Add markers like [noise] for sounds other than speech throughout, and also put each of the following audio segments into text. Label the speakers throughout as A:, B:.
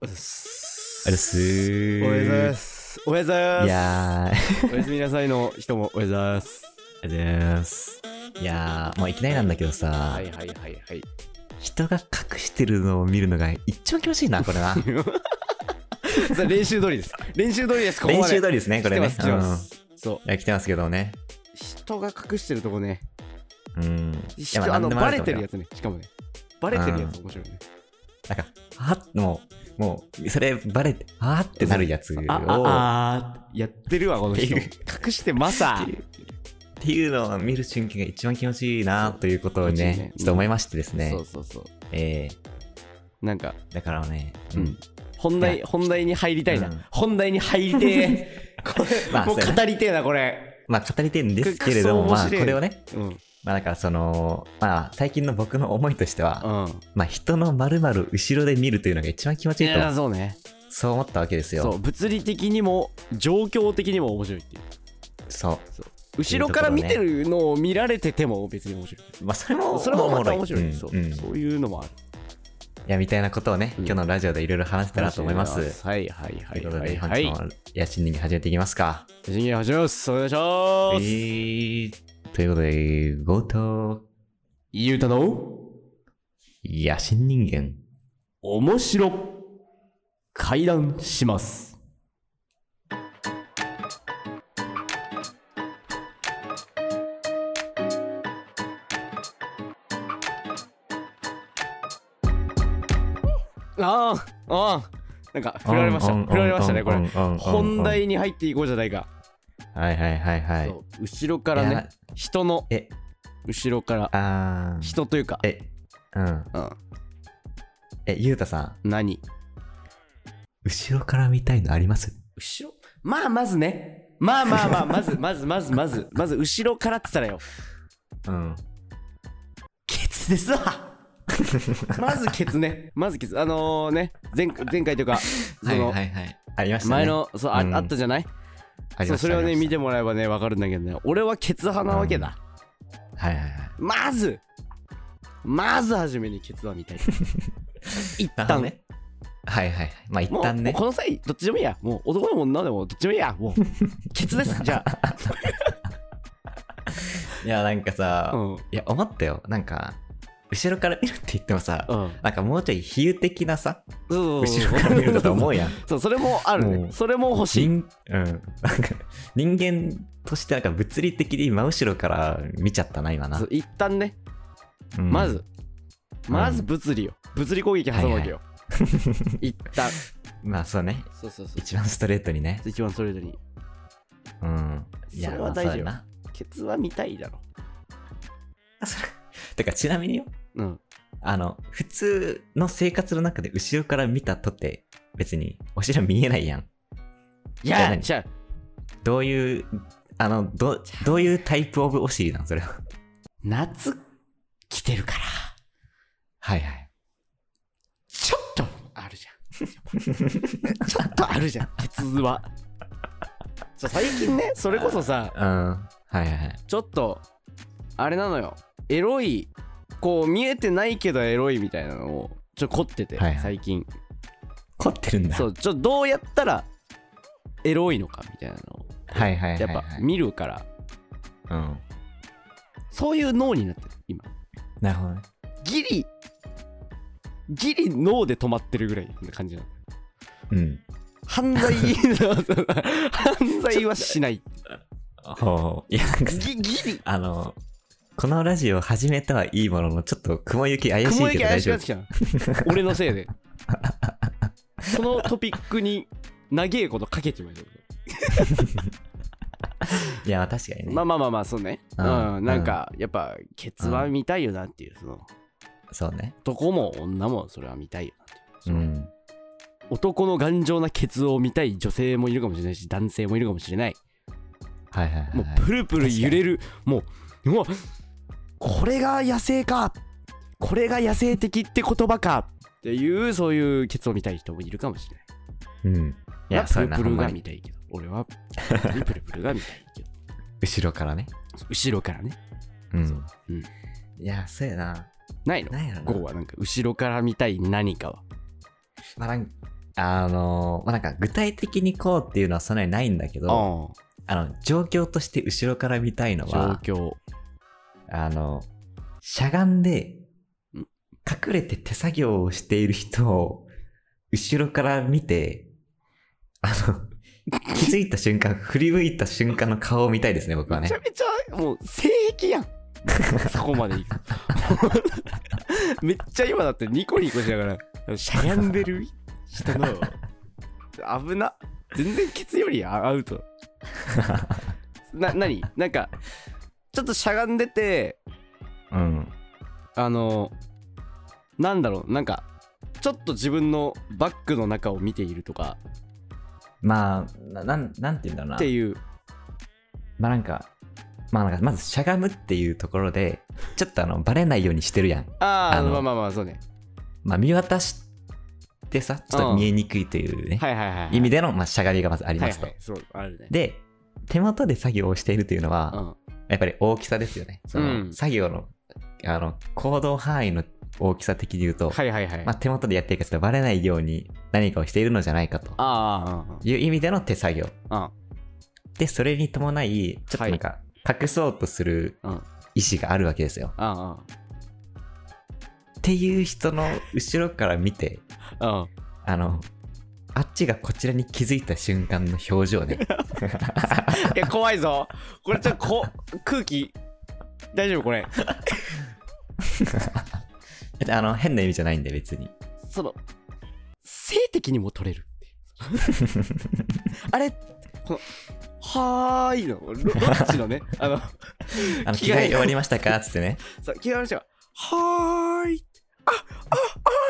A: うっす
B: あれす
A: お
B: ー
A: はようございますおはようございます
B: いやー、
A: おやすみなさいの人もおはようございます
B: ありがとうございます。いやー、まあいきなりなんだけどさ、
A: はいはいはいはい [laughs]
B: 人が隠してるのを見るのが一番気持ちいいな、こ
A: [laughs]
B: れな。
A: さあ練習通りです練習通りですここ
B: 練
A: まで
B: 習通りですね、これね。
A: 来てます来てます、そう
B: うんいや来てますけどね。
A: 人が隠してるとこね
B: うん。
A: 人
B: いやま
A: あの
B: 何でも
A: バレ
B: ると
A: てる
B: 思
A: や
B: うよ
A: つねしかもねバレてるやつ面白いね
B: なんか、はっ、もう、もう、それバレて、あーってなるやつを、
A: あ
B: っ
A: ああーやってるわこの人
B: [laughs] っていう
A: 隠してまさ
B: ていうっていうのを見る瞬間が一番気持ちいいなということを
A: 気持ちいい
B: ね
A: ね、
B: ちょっと思いましてですね
A: そ。うそうそう
B: ええ
A: なんか
B: だからね、
A: うん本題
B: いや
A: 本題に入りたいな、
B: うん
A: 本題に入りてえこれ、
B: [laughs] ま
A: [laughs]
B: あ
A: もう
B: そうや
A: 語りてえなこれ
B: まあ語りてんですけれども、
A: くくそ
B: まあ
A: 面
B: こ
A: 白い
B: れをね、
A: うんうん
B: まあだからその、まあ最近の僕の思いとしては、まあ人のまるまる後ろで見るというのが一番気持
A: い
B: ちいい
A: や
B: と、
A: そうね
B: そう思ったわけですよ。
A: そう物理的にも状況的にも面白いっていう
B: そう。
A: 後ろから見てるのを見られてても別に面白い
B: まあそれも、
A: それもまた
B: お
A: 面白い、
B: うん
A: そう
B: うんい
A: そういうのもある
B: や、みたいなことをね、
A: うん
B: 今日のラジオでいろいろ話せたらと思います。
A: はいはいは
B: とい
A: いう
B: こ
A: は
B: とで、
A: い
B: 本
A: は
B: 日
A: い
B: の家賃人間始めていきますか。
A: 次に始めますお願いし
B: え
A: ます、
B: ー、ということで、強盗、
A: ゆうたの
B: 野心人間。
A: 面白会談しますあーあーなんか振られました
B: うんうんうん
A: 振られましたねこ
B: うん
A: れ
B: うんうんうん
A: 本題に入っていこうじゃないか、
B: はいはいはいはい。
A: そう後ろから
B: い
A: ね
B: や
A: 人の
B: え、
A: 後ろから
B: あー。
A: 人というか、
B: え、うん。
A: うん、
B: え、ゆうたさん、
A: 何
B: 後ろから見たいのあります
A: 後ろまあまずねまあまあまあまずまずまずまずまず後ろからって言ったらよ
B: うん。
A: ケツですわまずケツねまずケツあのね前前回というかそ
B: はい
A: の
B: はいはい。ありましたね。
A: 前のそうあ
B: うん
A: あったじゃない
B: あり
A: そう
B: ました、
A: それをね見
B: て。
A: てもらえばね分かるんだけどね俺はケツ派なわけだ
B: はいはいはい。
A: まずまず初めにケツは見たい一
B: なるほど
A: 旦
B: ね。はいはいはい。まあ一
A: もう
B: 旦
A: もう
B: ね。
A: この際どっちでもいいやもう男でも女でもどっちでもいいやもうケツですじゃ
B: [laughs]
A: あ、
B: いやなんかさ、
A: うん
B: いや思ったよ。なんか、後ろから見るって言ってもさ、
A: うん、
B: なんかもうちょい比喩的なさ、
A: そうそうそ
B: 後
A: う
B: ろから見るだと思うやん。
A: そうそれもある
B: も
A: ね
B: う
A: それも [laughs] 欲しい
B: 人うん、なんか人間としてなんか物理的に真後ろから見ちゃったな今な
A: そう、一旦ね
B: うん
A: まず、
B: うん
A: まず物理よ物理攻撃挟むわけよ、 [laughs] 一旦
B: まあそうね
A: そうそうそ
B: 一番ストレートにね
A: う一番それぞれに
B: うんいや
A: それは大事よ
B: まあそう
A: ケツは見たいだろ
B: や [laughs] なてかちなみによ
A: うん
B: あの普通の生活の中で後ろから見たとって別にお尻は見えないやん
A: い
B: じゃあ
A: や
B: 何
A: じゃあ
B: どういうあのどどういうタイプオブお尻なんそれは
A: 夏来てるから
B: はいはい
A: ちょっとあるじ
B: [laughs]
A: ゃんちょっとあるじゃんケツはそう最近ねそれこそさ
B: うんはいはいはい
A: ちょっとあれなのよエロいこう見えてないけどエロいみたいなのをちょっと凝ってて、
B: はいはい
A: 最近
B: 凝ってるんだ
A: そうちょっとどうやったらエロいのかみたいなのを
B: はいはいはい、
A: やっ
B: はい、
A: ぱ見るから、
B: うん
A: そういう脳になってる今
B: なるほどね
A: ギリギリ脳で止まってるぐらいな感じなの
B: うん
A: 犯
B: [laughs]
A: 罪犯罪はしない
B: ほうほういやなんかさ
A: ギギリ
B: あのこのラジオ始めたはいいもののちょっと雲行き怪しい
A: 雲行
B: け
A: き
B: ど
A: 怪
B: 大
A: しく
B: 丈
A: なって
B: 夫
A: きたの俺のせいでそのトピックに長えことかけちまいそう
B: いや確かにね、
A: まあまあまあまあそうねう
B: うん
A: ん、なんかやっぱケツは見たいよなっていうその
B: そうね
A: 男も女もそれは見たいよなっていうその
B: うん
A: 男の頑丈なケツを見たい女性もいるかもしれないし男性もいるかもしれない
B: はいはいはいはい
A: もうプルプル揺れるもううわこれが野生かこれが野生的って言葉かっていうそういうケツを見たい人もいるかもしれない
B: うんい
A: い
B: や
A: プ
B: そう
A: ル
B: やな
A: プ
B: ほ
A: ル
B: んま
A: が
B: に
A: 見たいけど俺はプルプルプルが見たいけど
B: 後ろからね
A: 後ろから
B: [laughs]
A: ね
B: うん
A: そううん
B: いやそうやな
A: ないの
B: なんやろな
A: ゴーはなんか後ろから見たい何かは
B: まあなんあのーまあ、なんか具体的にこうっていうのはそんなにないんだけ
A: うん
B: ど、あの、状況として後ろから見たいのは、
A: 状況
B: あの、しゃがんで、
A: ん
B: 隠れて手作業をしている人を、後ろから見て、あの、 [laughs] 気づいた瞬間、振り向いた瞬間の顔を見たいですね、僕は
A: め
B: ね
A: ちゃ。めちゃもう性癖
B: [laughs]
A: やんそこまでいく [laughs] めっちゃ今だってニコニコしながらしゃがんでる人の危な全然ケツよりアウトな何なんかちょっとしゃがんでて
B: うん。
A: あのなんだろうなんかちょっと自分のバッグの中を見ているとか
B: まあ、ななん、なんて言うんだろうな。
A: っていう
B: まあなんか、まあなんか、まずしゃがむっていうところで、ちょっとあの、バレないようにしてるやん。
A: あーあ
B: あの
A: まあまあまあそうね
B: まあ見渡してさ、ちょっと見えにくいというね、
A: はいはいはい、はい、
B: 意味での、まあ、しゃがみがまずあり
A: は
B: ま
A: い
B: すと。
A: はいそうあるね
B: で、手元で作業をしているというのは、
A: うん
B: やっぱり大きさですよね。その、
A: うん
B: 作業の、あの、行動範囲の大きさ的に言うと、
A: はいはいはい、
B: まあ、手元でやってるからちょっとバレないように何かをしているのじゃないかと
A: あー
B: いう意味での手作業。
A: あ
B: で、それに伴い、ちょっとなんか、隠そうとする
A: うんうんうん
B: 意思があるわけですよ。
A: あ
B: っていう人の後ろから見て、
A: あああ
B: あの、あっちがこちらに気づいた瞬間の表情 [laughs] ね。
A: いや怖いぞこれちょっとこ空気大丈夫これ
B: あの、変な意味じゃないんで別に。
A: その性的にも取れる [laughs] あれこの「はーい」のロロッチのねあの
B: あの、
A: 着
B: 着
A: 替
B: 替
A: え
B: え終わりましたかつってね。
A: さ気がましたが「はーい」ああ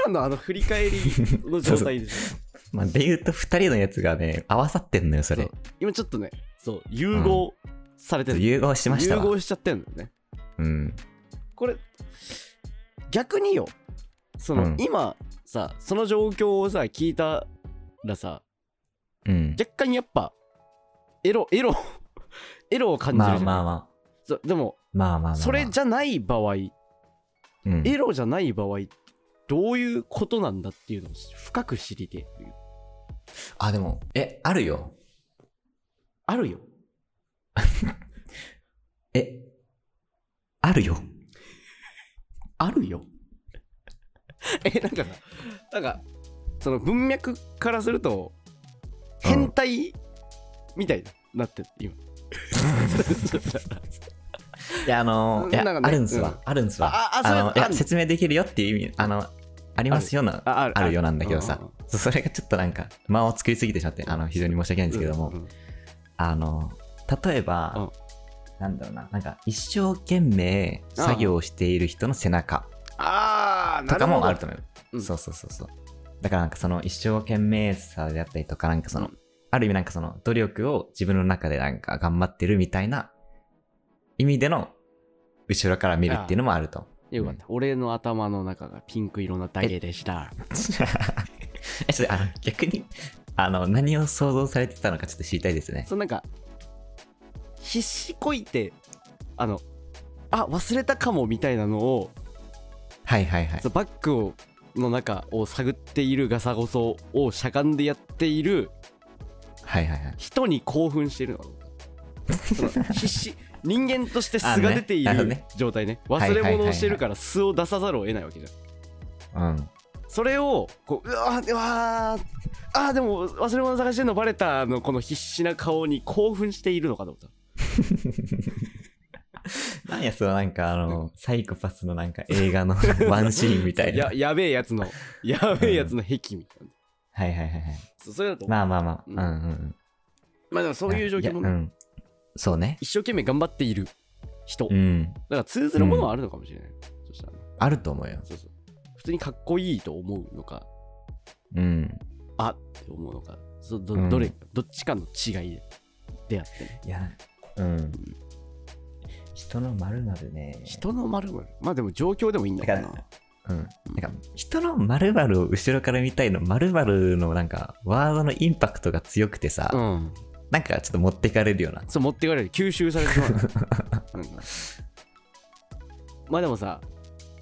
A: あーのあの振り返りの状態 [laughs] です
B: まあ、で言うと2人のやつがね、合わさってんのよ、それ。
A: 今ちょっとねそう融合されてる、
B: 融合しました
A: 融
B: わ。
A: 合しちゃってるのね
B: うん。
A: これ逆によその、
B: うん
A: 今さその状況をさ聞いたらさ
B: うん。
A: 若干やっぱエロ [laughs] エロエロを感じる
B: ま
A: じ
B: あ
A: ゃん
B: まあまあ。
A: そうでも
B: まあまあまあまあ。
A: それじゃない場合
B: うん、
A: エロじゃない場合どういうことなんだっていうのを深く知りてえという
B: あ、でも、え、あるよ。
A: あるよ
B: え、あるよ。
A: あるよ [laughs] えなんかさなんかその文脈からすると
B: うん
A: 変態みたいになってる
B: [laughs]
A: 今
B: いや、あのー、いや、
A: なんかね
B: あるんすわ、
A: うん
B: あるんすわ。
A: ああそれ
B: の、い
A: あ
B: や、
A: る
B: 説明できるよっていう意味、あの、ありますような、あ
A: ああ
B: るよなんだけどさ
A: うんうんうん、
B: そうそれがちょっとなんか、間を作りすぎてしまって、あの、非常に申し訳ないんですけども、
A: うんうん
B: あの、例えば、なんだろうな、なんか、一生懸命作業をしている人の背中
A: あーな
B: と
A: る
B: か
A: ほど
B: もあると思う。
A: うん
B: そうそうそうそう。だからなんかその一生懸命さであったりとか、なんかその、
A: う
B: ある意味なんかその努力を自分の中でなんか頑張ってるみたいな意味での後ろから見るっていうのもあると。
A: よかった、俺の頭の中がピンク色のダイエでした
B: [laughs] え、ちょっとあの逆に、あの、何を想像されてたのかちょっと知りたいですね。
A: そのなんか必死こいてあのあ忘れたかもみたいなのを、
B: はいはいはい
A: そ。うバッグをの中を探っているガサゴソをしゃがんでやっている
B: はいはいはい。
A: 人に興奮して
B: [laughs]
A: るのその必死人間として素が出てい
B: あのねあの
A: る
B: ね
A: 状態ね
B: いはい
A: 忘
B: はい
A: れ
B: はい
A: 物をしてるから素を出さざるを得ないわけじゃん
B: うん。
A: それをこううわーうわーあーでも忘れ物探してんのバレたのこの必死な顔に興奮しているのかと思った
B: なんや、そのなんかあの、サイコパスのなんか映画の [laughs] ワンシーンみたいな。
A: や
B: はい
A: やべえやつ
B: [laughs]
A: のやべえやつの癖みたいな、
B: はいはいはい。
A: そうそれだと、まあ、
B: まあまあまあ。
A: う
B: うんんうんうん。
A: でもそういう状況もね、
B: やうん。そうね。
A: 一生懸命頑張っている人、
B: う
A: だ
B: ん。
A: から通ずるものはあるのかもしれない、そしたらね
B: あると思うよ。
A: そうそう普通にかっこいいと思うのか
B: うん。
A: あって思うのかそど
B: うん
A: どれか、どっちかの違いでであって、ね、
B: いや、うん。人のまるまるね。
A: 人の丸々まあでも状況でもいいんだろう
B: だ
A: な
B: うん。なんか、人のまるまるを後ろから見たいの、まるまるのなんか、ワードのインパクトが強くてさ、
A: うん
B: なんかちょっと持ってかれるような。
A: そう持ってかれる吸収されてしまうなんかまあでもさ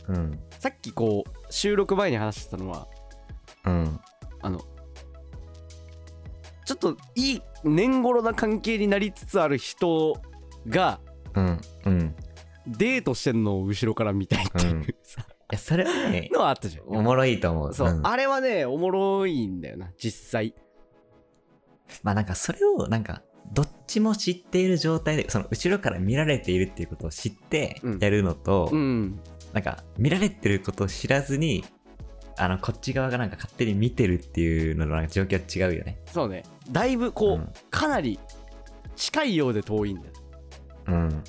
B: うん。
A: さっきこう収録前に話してたのは
B: うん。
A: あのちょっといい年頃な関係になりつつある人が
B: うんうん
A: デートしてんのを後ろから見たいっていううん
B: いやそれは
A: [laughs]
B: ね
A: のはあったじゃん
B: おもろいと思う
A: そう、
B: ん
A: あれはねおもろいんだよな実際
B: まあなんかそれをなんかどっちも知っている状態でその後ろから見られているっていうことを知って
A: うん
B: やるのと、
A: うん
B: なんか見られてることを知らずにあのこっち側がなんか勝手に見てるっていうののなんか状況は違うよね。
A: そうねだいぶこう、
B: うん
A: かなり近いようで遠いんだよ
B: うん。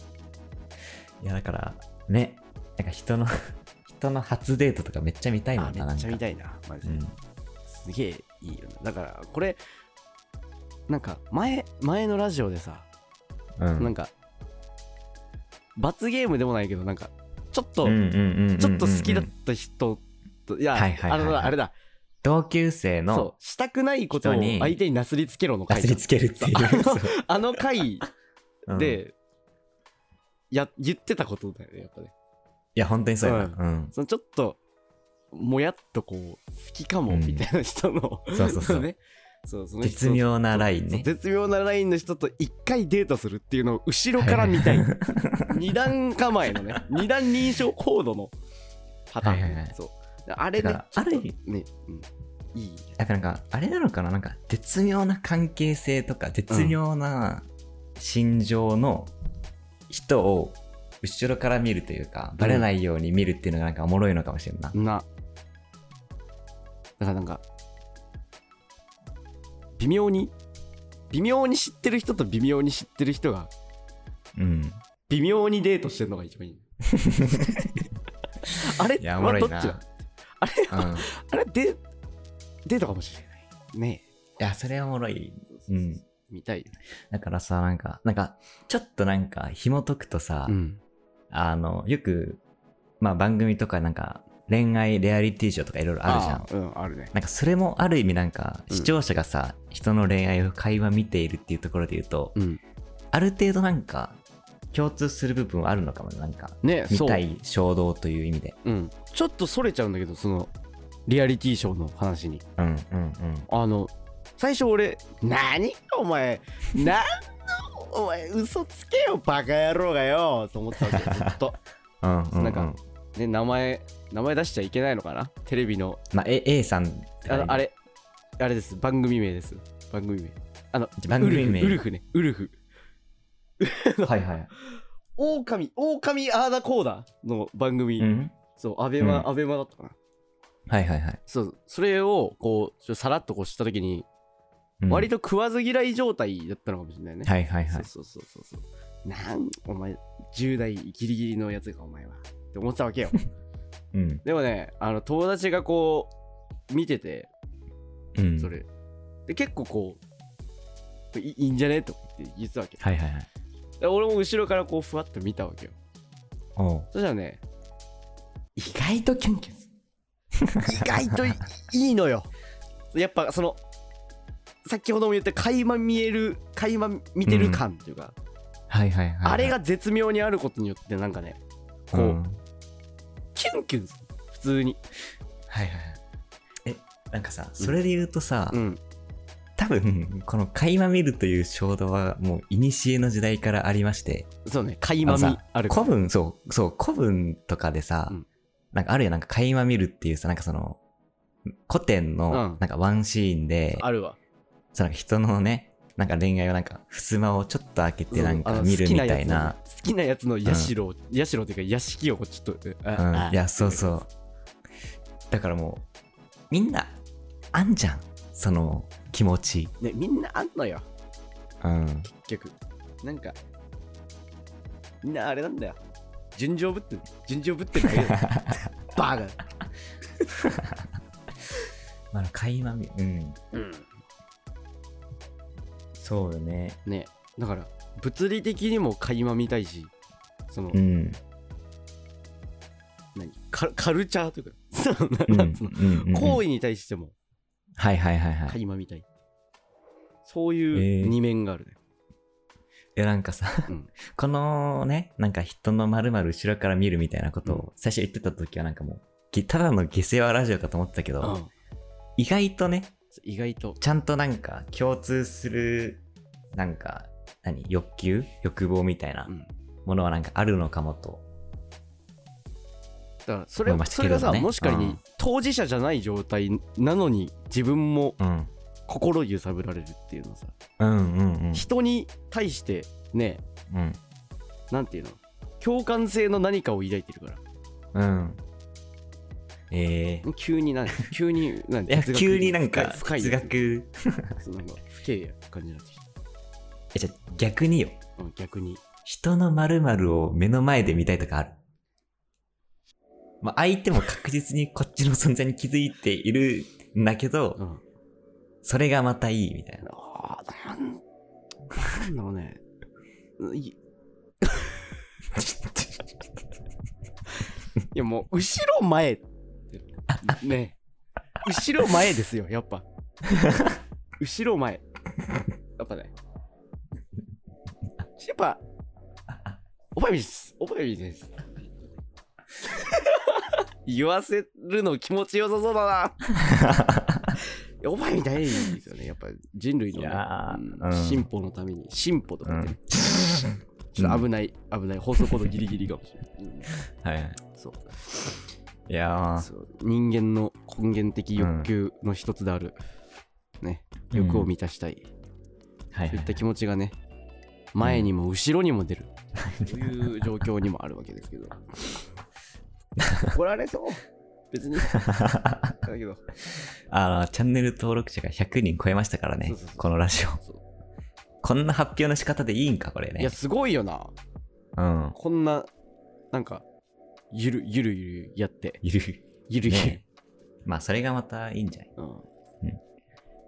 B: いやだからねなんか人の [laughs] 人の初デートとかめっちゃ見たいも
A: あ
B: ん
A: め
B: ななん
A: っち
B: か。
A: ゃ見たいなマジ
B: う
A: で、
B: ん
A: すげえいいよなだからこれなんか前前のラジオでさ、
B: うん
A: なんか罰ゲームでもないけどなんかちょっと、
B: うんうんうんうんうん
A: ちょっと好きだった人と、いや、
B: はいはいはいはい
A: あのあれだ
B: 同級生
A: そ
B: の
A: うしたくないことを
B: 人に
A: 相手になすりつけろの
B: か
A: 回
B: すりつけるってい
A: そう
B: う
A: あのあの回
B: [laughs] うん
A: で、や言ってたことだよねやっぱね
B: いや本当にそうやな、うん
A: そのちょっともやっとこう好きかも
B: うん
A: みたいな人の、
B: そうそうそう
A: [laughs] ねそうその人
B: 絶妙なライン
A: そう
B: ね
A: 絶妙なラインの人と一回デートするっていうのを後ろから見たい、
B: は
A: [laughs] 二段構えのね二段認証コードのパターン、
B: はいはいはい
A: そうあれ
B: だか
A: ね
B: らある意味
A: ね、うん、いい
B: だからなんかあれなのかななんか絶妙な関係性とか絶妙な心情の人を後ろから見るというかバレないように見るっていうのがなんかおもろいのかもしれんな、
A: なだからなんか微妙に微妙に知ってる人と微妙に知ってる人が
B: うん、
A: 微妙にデートしてるのが一番い
B: [laughs]
A: いあれ
B: いやおもろいな、
A: まあどっちだあれ
B: うん、い
A: あれデデートかもしれないね
B: やそれはおもろい
A: え、
B: うん、
A: 見たいよね
B: だからさなんかなんかちょっとなんか紐解くとさ、
A: うん
B: あのよく、まあ、番組とかなんか恋愛レアリティショーとかいろいろあるじゃん
A: じゃんうんあるね
B: なんかそれもある意味なんか
A: うん
B: 視聴者がさ、人の恋愛を会話見ているっていうところで言うと、
A: うん
B: ある程度なんか共通する部分はあるのかもねなんか
A: ね
B: 見
A: そう
B: たい衝動という意味で
A: うん、ちょっとそれちゃうんだけどそのリアリティショーの話に
B: うんうんうん
A: あの最初俺「何お前何のお前嘘つけよバカ野郎がよ」と思ってたわけ
B: [laughs]
A: よずっと、
B: うんうんうん
A: なんかね、名前名前出しちゃいけないのかなテレビの
B: まあ、A, A さんって
A: あのあれあれです番組名です番組名あの
B: 番組名
A: ウルフウルフねウルフ
B: はいはい、
A: オオカミオオカミアーダコーダの番組、
B: うん、
A: そうアベマ、
B: うん
A: アベマだったかな
B: はいはいはい、
A: そうそれをこうちょさらっとこうした時に、
B: うん
A: 割と食わず嫌い状態だったのかもしれないね
B: はいはいはい
A: そうそうそうそうそうなんお前10代ギリギリのやつかお前はって思ってたわけ
B: [laughs]
A: よ
B: うん
A: でもねあの友達がこう見てて
B: うん
A: それ、で結構こういいいんじゃねとか言って言ってたわけ
B: はいはいはい
A: で俺も後ろからこうふわっと見たわけよ
B: おう
A: そしたらね意外とキュンキュンする意外といいいのよやっぱその先ほども言った垣間見える垣間見てる感っていうか、
B: はいはいはいはい
A: あれが絶妙にあることによってなんかねこう、
B: うん
A: キュンキュンする普通に
B: はいはいはいえなんかさそれで言うとさ、
A: うん
B: 多分この垣間見るという衝動はもう古の時代からありまして
A: そうね垣間見ある
B: 古文そうそう古文とかでさ、
A: うん
B: なんかあるよなんか垣間見るっていうさなんかその古典
A: う
B: の
A: ん
B: なんかワンシーンで、
A: あるわ
B: その人のねなんか恋愛をなんか襖をちょっと開けてなん
A: そう
B: か
A: あの
B: 見るみたいな
A: 好きなやつの好きなやつの社を、社っていうか屋敷をこうちょっと、あ
B: うん
A: あ
B: いやそうそうだからもうみんなあんじゃんその気持ち
A: ねみんなあんのよ
B: うん
A: 結局なんかみんなあれなんだよ順情ぶってる順情ぶってるだけ
B: [laughs]
A: だよバーガ
B: まあ垣間見うん
A: うん
B: そうよね
A: ねだから物理的にも垣間見たいしその、
B: うん
A: 何カカルチャーというか [laughs] そう
B: [laughs] うん
A: なんつうの
B: うんうん
A: 行為に対しても
B: はいはいはいはい。
A: 垣間見たいそう
B: え
A: いう
B: ー
A: 二面があるね、
B: で、なんかさ、
A: うん
B: [laughs] このね、なんか人のまるまる後ろから見るみたいなことを最初言ってた時はなんかもう、ぎただの下世話ラジオかと思ってたけど、
A: うん
B: 意外とね、
A: 意外と
B: ちゃんとなんか共通するなんか何欲求欲望みたいな
A: うん
B: ものはなんかあるのかもと、
A: だからそれ,、
B: まあまあ
A: それが
B: 知っ
A: さ
B: てるのね
A: もし仮
B: う
A: に
B: ん
A: 当事者じゃない状態なのに自分も
B: うん、
A: 心揺さぶられるっていうのはさ、
B: うんうんうん
A: 人に対してね
B: うん
A: なんていうの共感性の何かを抱いてるから
B: うんえー
A: 急に
B: [laughs]
A: なん急になん
B: いや急になんか
A: 深い
B: 哲学
A: そのなんか不敬な感じになってきた
B: えじゃあ逆によ
A: うん逆に
B: 人の〇〇を目の前で見たいとかある、まあ、相手も確実にこっちの存在に気づいているんだけど、
A: うん
B: それがまたいいみたいな
A: あーなんなんだろうねいいやもう後ろ前ってね後ろ前ですよやっぱ後ろ前やっぱねやっぱおばゆみですおばゆみです言わせるの気持ちよさそうだないやおばゆみ大事なんですよねやっぱ人類のね、
B: いやー
A: うん
B: うん
A: 進歩のために進歩とかって、
B: うん
A: ちょっと危ない、危ない、放送コードギリギリかもしれない。うん
B: はい
A: そう
B: いやー
A: そう人間の根源的欲求の一つである、ね、
B: うん
A: 欲を満たしたい、
B: はい
A: そういった気持ちがね、前にも後ろにも出る、という状況にもあるわけですけど。怒られそう別に。だけど、
B: あのチャンネル登録者が100人超えましたからね
A: そうそうそう
B: このラジオ
A: そう
B: こんな発表の仕方でいいんかこれね
A: いや、すごいよな。
B: うん
A: こんな、なんか、ゆるゆるゆるやって、
B: いる
A: ゆるゆる。
B: ねまあそれがまたいいんじゃない
A: うん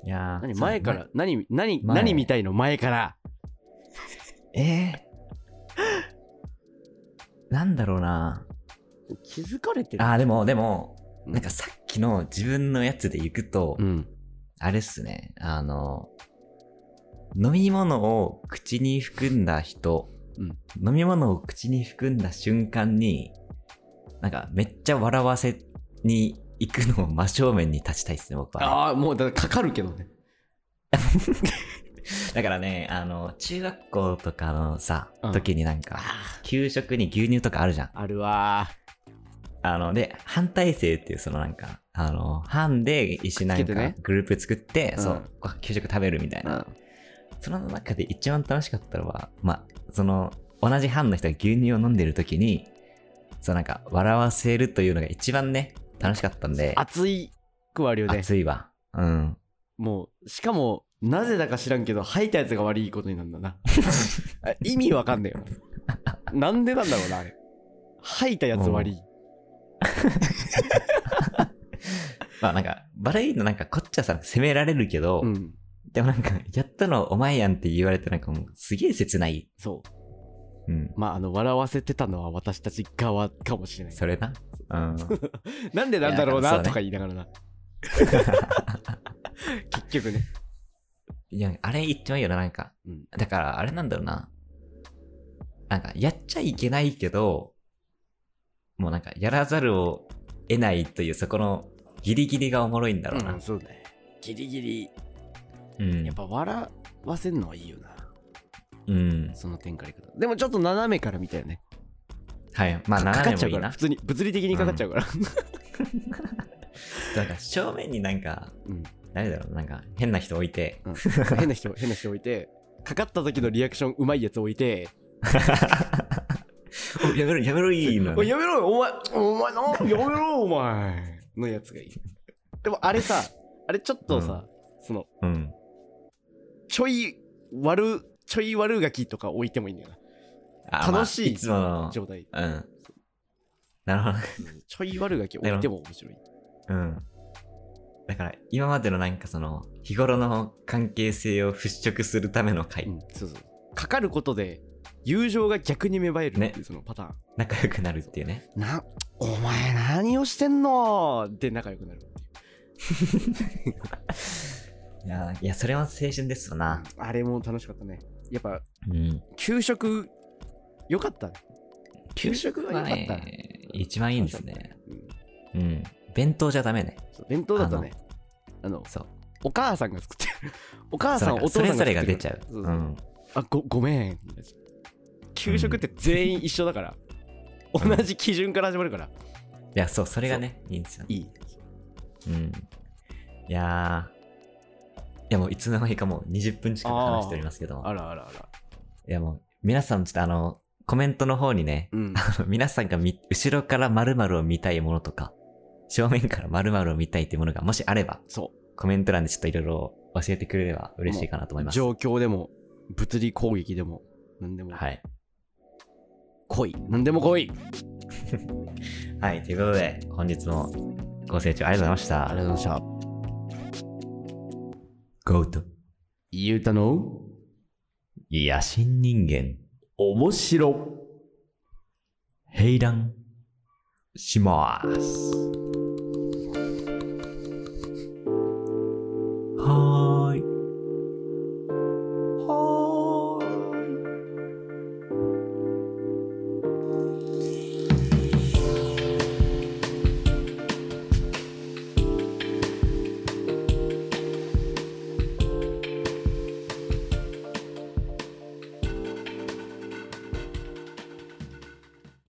B: いやー
A: 何
B: そう
A: 前から何何
B: 前
A: 何みたいの前から
B: えー、なんだろうな
A: 気づかれて
B: あーでもでも
A: うん
B: なんかさっきの自分のやつで行くと、
A: うん
B: あれっすねあの飲み物を口に含んだ人、
A: うん
B: 飲み物を口に含んだ瞬間になんかめっちゃ笑わせに行くのを真正面に立ちたいっすね僕は
A: ああもうだからかかるけどね
B: だからねあの中学校とかのさ、
A: うん
B: 時になんか給食に牛乳とかあるじゃん
A: あるわ
B: あの、で、反対性っていう、そのなんか、あの、班で一緒にな
A: つ
B: ん
A: けて
B: か
A: ね
B: グループ作って、
A: うん
B: そう、ご給食食べるみたいな。その中で一番楽しかったのは、まあ、その、同じ班の人が牛乳を飲んでる時に、そうなんか、笑わせるというのが一番ね、楽しかったんで、
A: 熱いくはあるよね
B: 熱いわ。うん。
A: もうしかもなぜだか知らんけど吐いたやつが悪いことになるんだ
B: [laughs]
A: なあ意味わかんないよななんでなんだろうなあれ吐いたやつ悪い
B: まあなんか、悪いのなんか、こっちはさ、責められるけど、
A: うん
B: でもなんか、やったのお前やんって言われて、なんかもう、すげえ切ない。
A: そう
B: うん。
A: まああの笑わせてたのは私たち側かもしれない
B: それな。うん。
A: なんでなんだろう
B: い
A: な
B: やだからそうね
A: とか言いながら
B: [laughs]
A: な結局ね
B: いや、あれ一番いいよな、なんか。
A: うん
B: だから、あれなんだろうな。なんか、やっちゃいけないけど、もうなんか、やらざるを得ないという、そこのギリギリがおもろいんだろうな。
A: そうねギリギリ
B: うん。
A: やっぱ笑わせんのはいいよな
B: うん。
A: その展開方でもちょっと斜めからみたいなね
B: はい。まあ、
A: かか
B: 斜
A: っ
B: め
A: ちゃう
B: もいい
A: から
B: な
A: 普。通に物理的にかかっちゃうから、
B: なんか、正面になんか、
A: うん
B: 誰だろう、なんか、変な人置
A: [laughs]
B: いて、
A: うん変な人変な人置いてかかった時のリアクションうまいやつ置いて
B: おやめろ、やめろ、いい
A: 「
B: の
A: お。いやめろよお前お前なやめろよお前」のやつがいいでもあれさあれちょっとさ、その
B: うん。
A: ちょい悪ちょい悪ガキとか置いてもいいんだよ
B: あ
A: 楽しい
B: まあいつもの
A: な、状態
B: うん。なるほど。
A: ちょい悪ガキ置いても面白い
B: うん。だから、今までのなんかその、日頃の関係性を払拭するための会、
A: うん、そうそうかかることで友情が逆に芽生えるっていうそのパターン、
B: 仲良くなるっていうね。
A: なお前何をしてんので仲良くなる
B: いやー、いやそれは青春ですよな。
A: あれも楽しかったねやっぱ
B: うん。
A: 給食よかったね給食は良かった
B: 給食は一番いいんですね。
A: うん
B: うん。弁当じゃダメね。
A: そう弁当だとねあの
B: そう。
A: お母さんが作って
B: [laughs]
A: る。お母
B: そ
A: さん、
B: う
A: お
B: なん
A: 父
B: か
A: さ
B: そ
A: んが
B: れ
A: 作
B: ぞ
A: ってる
B: れが出ちゃう。。
A: そううそうんあごごめん給食って全員一緒だから、同じ基準から始まるから、
B: いや、そう、それがね、いいんですよ。
A: いい
B: うん。いやー。いやもういつの間にかもう20分近く話しておりますけども
A: あらあらあ
B: [laughs]
A: ら
B: いやもう皆さんちょっとあのコメントの方にね
A: うん
B: あの皆さんがみ後ろから〇〇を見たいものとか、正面から〇〇を見たいっていうものがもしあれば、
A: そ
B: コメント欄でちょっといろいろ教えてくれれば嬉しいかなと思いま
A: う
B: す。
A: 状況でも物理攻撃でも何でも
B: はい。
A: 来い何でも来い
B: はい、ということで、本日もご清聴ありがとうございました。
A: ありがとうございました
B: ゴート。
A: ゆうたの
B: 野心人間、
A: 面白
B: 平乱、します。はーい。